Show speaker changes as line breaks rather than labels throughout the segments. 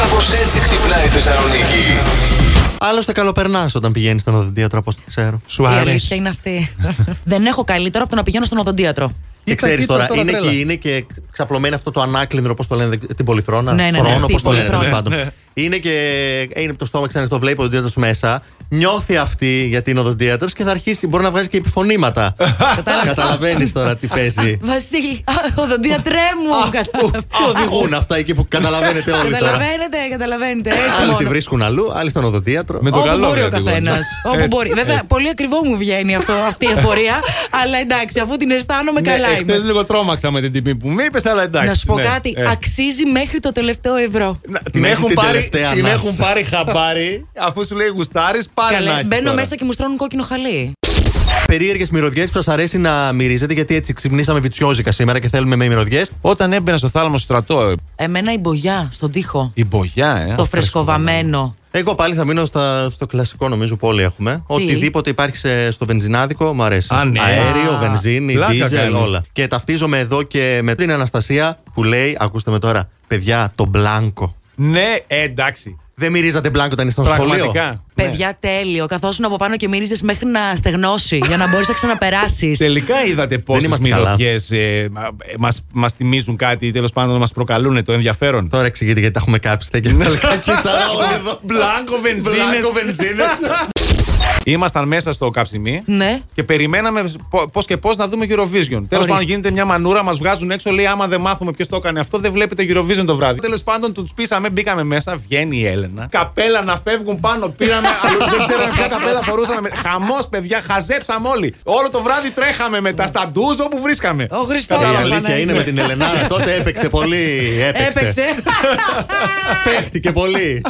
Κάπως έτσι ξυπνάει η Θεσσαλονίκη.
Άλλωστε καλοπερνάς όταν πηγαίνεις στον οδοντίατρο, από ό,τι ξέρω.
Σου
Η
αρέσει.
αλήθεια είναι αυτή. Δεν έχω καλύτερο από το να πηγαίνω στον οδοντίατρο.
Και
Κοίτα,
ξέρει
κοίτα
τώρα,
τώρα
είναι,
τρέλα.
και, είναι και ξαπλωμένο αυτό το ανάκλινδρο, πώς το λένε, δεν- την πολυθρόνα.
Ναι, ναι, ναι,
Θρόνο,
αυτή
πώς
η
το λένε, τέλος
πολυθρόνα.
πάντων.
Ναι, ναι.
Είναι και. Είναι το στόμα ξανά, το βλέπει ο οδοντίατρος μέσα. Νιώθει αυτή γιατί είναι οδοντίατρο και θα αρχίσει. Μπορεί να βγάζει και επιφωνήματα. Καταλαβαίνεις τώρα τι παίζει.
Βασίλη, α, οδοντίατρέ
Α,
μου.
πού- πού οδηγούν αυτά εκεί που καταλαβαίνετε όλοι τώρα.
Καταλαβαίνετε, καταλαβαίνετε. Έτσι
Άλλοι τη
μόνο.
βρίσκουν αλλού, άλλοι στον οδοντίατρο.
Με το
Όπου
καλό
μπορεί ο
βέβαια,
καθένα.
τίποτα.
Όπου
Έτσι,
μπορεί. Βέβαια,
έτσι.
πολύ ακριβό μου βγαίνει αυτό, αυτή η εφορία. αλλά εντάξει, αφού την αισθάνομαι, καλά
Χθε
είμαι.
Ναι, λίγο τρόμαξα με την τιμή που μου είπες, αλλά εντάξει.
Να σου πω
ναι,
κάτι.
ε.
Αξίζει μέχρι το τελευταίο ευρώ.
Να- Την
Μέχρι
έχουν
την
πάρει-
τελευταία
την
ανάσα.
έχουν πάρει χαμπάρι, αφού σου λέει γουστάρι, πάρε να
Καλέ,
έχεις
μπαίνω
τώρα.
μέσα και μου στρώνουν κόκκινο χαλί.
Περίεργες μυρωδιές που σα αρέσει να μυρίζετε, γιατί έτσι ξυπνήσαμε βιτσιόζικα σήμερα και θέλουμε με μυρωδιές.
Όταν έμπαινα στο θάλαμο στο στρατό, ε,
Εμένα η μπογιά στον τοίχο.
η μπογιά, ε.
το
αυτό
φρεσκοβαμένο.
Εγώ πάλι θα μείνω στα, στο κλασικό νομίζω που όλοι έχουμε. Οτιδήποτε υπάρχει σε- στο βενζινάδικο μου αρέσει.
Α, ναι.
Αέριο,
Α,
βενζίνη,
πλάκα
δίζελ,
κάνεις.
όλα. Και ταυτίζομαι εδώ και με την Αναστασία που λέει, ακούστε με τώρα, παιδιά, το μπλάνκο.
Ναι, ε, εντάξει.
Δεν μυρίζατε μπλάνκο όταν ήσασταν στο σχολείο.
Πραγματικά. ναι.
Παιδιά, τέλειο. Καθόσουν από πάνω και μύριζε μέχρι να στεγνώσει για να μπορείς να ξαναπεράσεις.
Ναι. Τελικά είδατε πόσες
είμαστε
μυρωδιές ε, μα μας θυμίζουν κάτι ή τέλος πάντων μας προκαλούν το ενδιαφέρον.
Τώρα εξηγείτε γιατί τα έχουμε κάψει. τα Και τελικά κοίταρα όλοι εδώ.
Ναι. Μπλάνκο βενζίνες.
Μπλάνκο βενζίνες.
Ήμασταν μέσα στο καψιμί
Ναι.
και περιμέναμε πώς και πώς να δούμε Eurovision. Τέλος πάντων, γίνεται μια μανούρα, μας βγάζουν έξω, λέει: Άμα δεν μάθουμε ποιος το έκανε αυτό, δεν βλέπετε Eurovision το βράδυ. Τέλος πάντων, τους πείσαμε, μπήκαμε μέσα, βγαίνει η Έλενα. Καπέλα να φεύγουν πάνω, πήραμε, αλλά δεν ξέραμε ποια καπέλα φορούσαμε. Χαμός, παιδιά, χαζέψαμε όλοι. Όλο το βράδυ τρέχαμε μετά στα ντουζ όπου βρίσκαμε.
Ο Χριστός.
Ε, Η αλήθεια
ναι,
είναι με την Ελενάρα. Τότε έπαιξε πολύ. Ε, Έπαιξε.
Έπαιξε.
Παίχτηκε πολύ.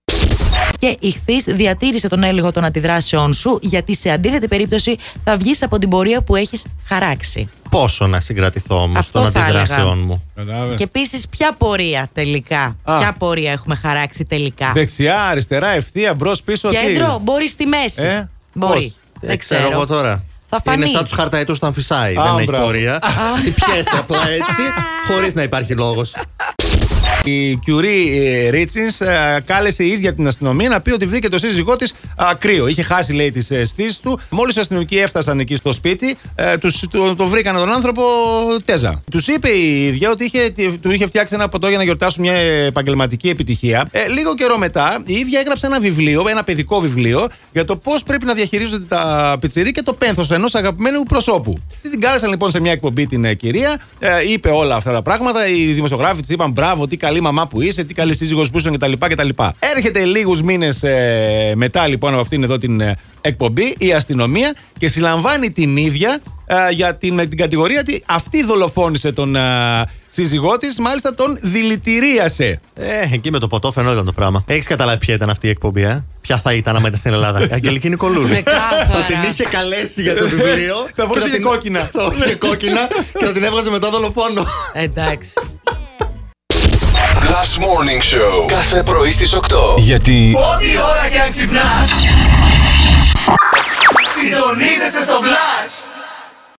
και η χθή διατήρησε τον έλεγχο των αντιδράσεών σου, γιατί σε αντίθετη περίπτωση θα βγεις από την πορεία που έχεις χαράξει.
Πόσο να συγκρατηθώ όμως
Αυτό
των
θα έλεγα.
αντιδράσεών μου.
Και επίσης, ποια πορεία τελικά.
Α.
Ποια πορεία έχουμε χαράξει τελικά.
Δεξιά, αριστερά, ευθεία, μπρος, πίσω. τι?
Κέντρο, μπορείς στη μέση.
Ε,
μπορεί.
Δεν Ε, ξέρω εγώ τώρα.
Θα φανεί.
Είναι σαν τους χαρταέτου όταν φυσάει.
Α,
Δεν έχει
μπράβο.
πορεία. Τι πιέσαι απλά έτσι, χωρίς να υπάρχει λόγος.
Η Κιουρί Ρίτσιν κάλεσε η ίδια την αστυνομία να πει ότι βρήκε το σύζυγό της κρύο. Είχε χάσει, λέει, τις αισθήσεις του. Μόλις οι αστυνομικοί έφτασαν εκεί στο σπίτι, ε, τους, το, το βρήκαν τον άνθρωπο τέζα. Τους είπε η ίδια ότι είχε, τι- του είχε φτιάξει ένα ποτό για να γιορτάσουν μια ε, επαγγελματική επιτυχία. Ε, λίγο καιρό μετά, η ίδια έγραψε ένα βιβλίο, ένα παιδικό βιβλίο, για το πώς πρέπει να διαχειρίζονται τα πιτσιρίκια και το πένθος ενός αγαπημένου προσώπου. Την κάλεσαν λοιπόν σε μια εκπομπή την ε, κυρία, ε, είπε όλα αυτά τα πράγματα. Οι δημοσιογράφοι της είπαν μπράβο, τι καλή μαμά που είσαι, τι καλή σύζυγος που είσαι κτλ. κτλ. Έρχεται λίγους μήνες μετά λοιπόν από αυτήν εδώ την ε, εκπομπή η αστυνομία και συλλαμβάνει την ίδια ε, για την, με την κατηγορία ότι αυτή δολοφόνησε τον ε, σύζυγό της, μάλιστα τον δηλητηρίασε.
Ε, εκεί με το ποτό φαινόταν το πράγμα. Έχεις καταλάβει ποια ήταν αυτή η εκπομπή, ε? Ποια θα ήταν άμα ήταν στην Ελλάδα. Η Αγγελική Νικολούλη.
Ξεκάθαρα.
θα την είχε καλέσει για το βιβλίο.
Θα
και
φορούσε και
την-
κόκκινα.
Θα φορούσε και κόκκινα και θα την έβγαζε μετά δολοφόνο.
Εντάξει.
Last Morning Show. Κάθε πρωί στις 8.
Γιατί
Ό,τι ώρα κι αν ξυπνάς Συντονίζεσαι στο Blast!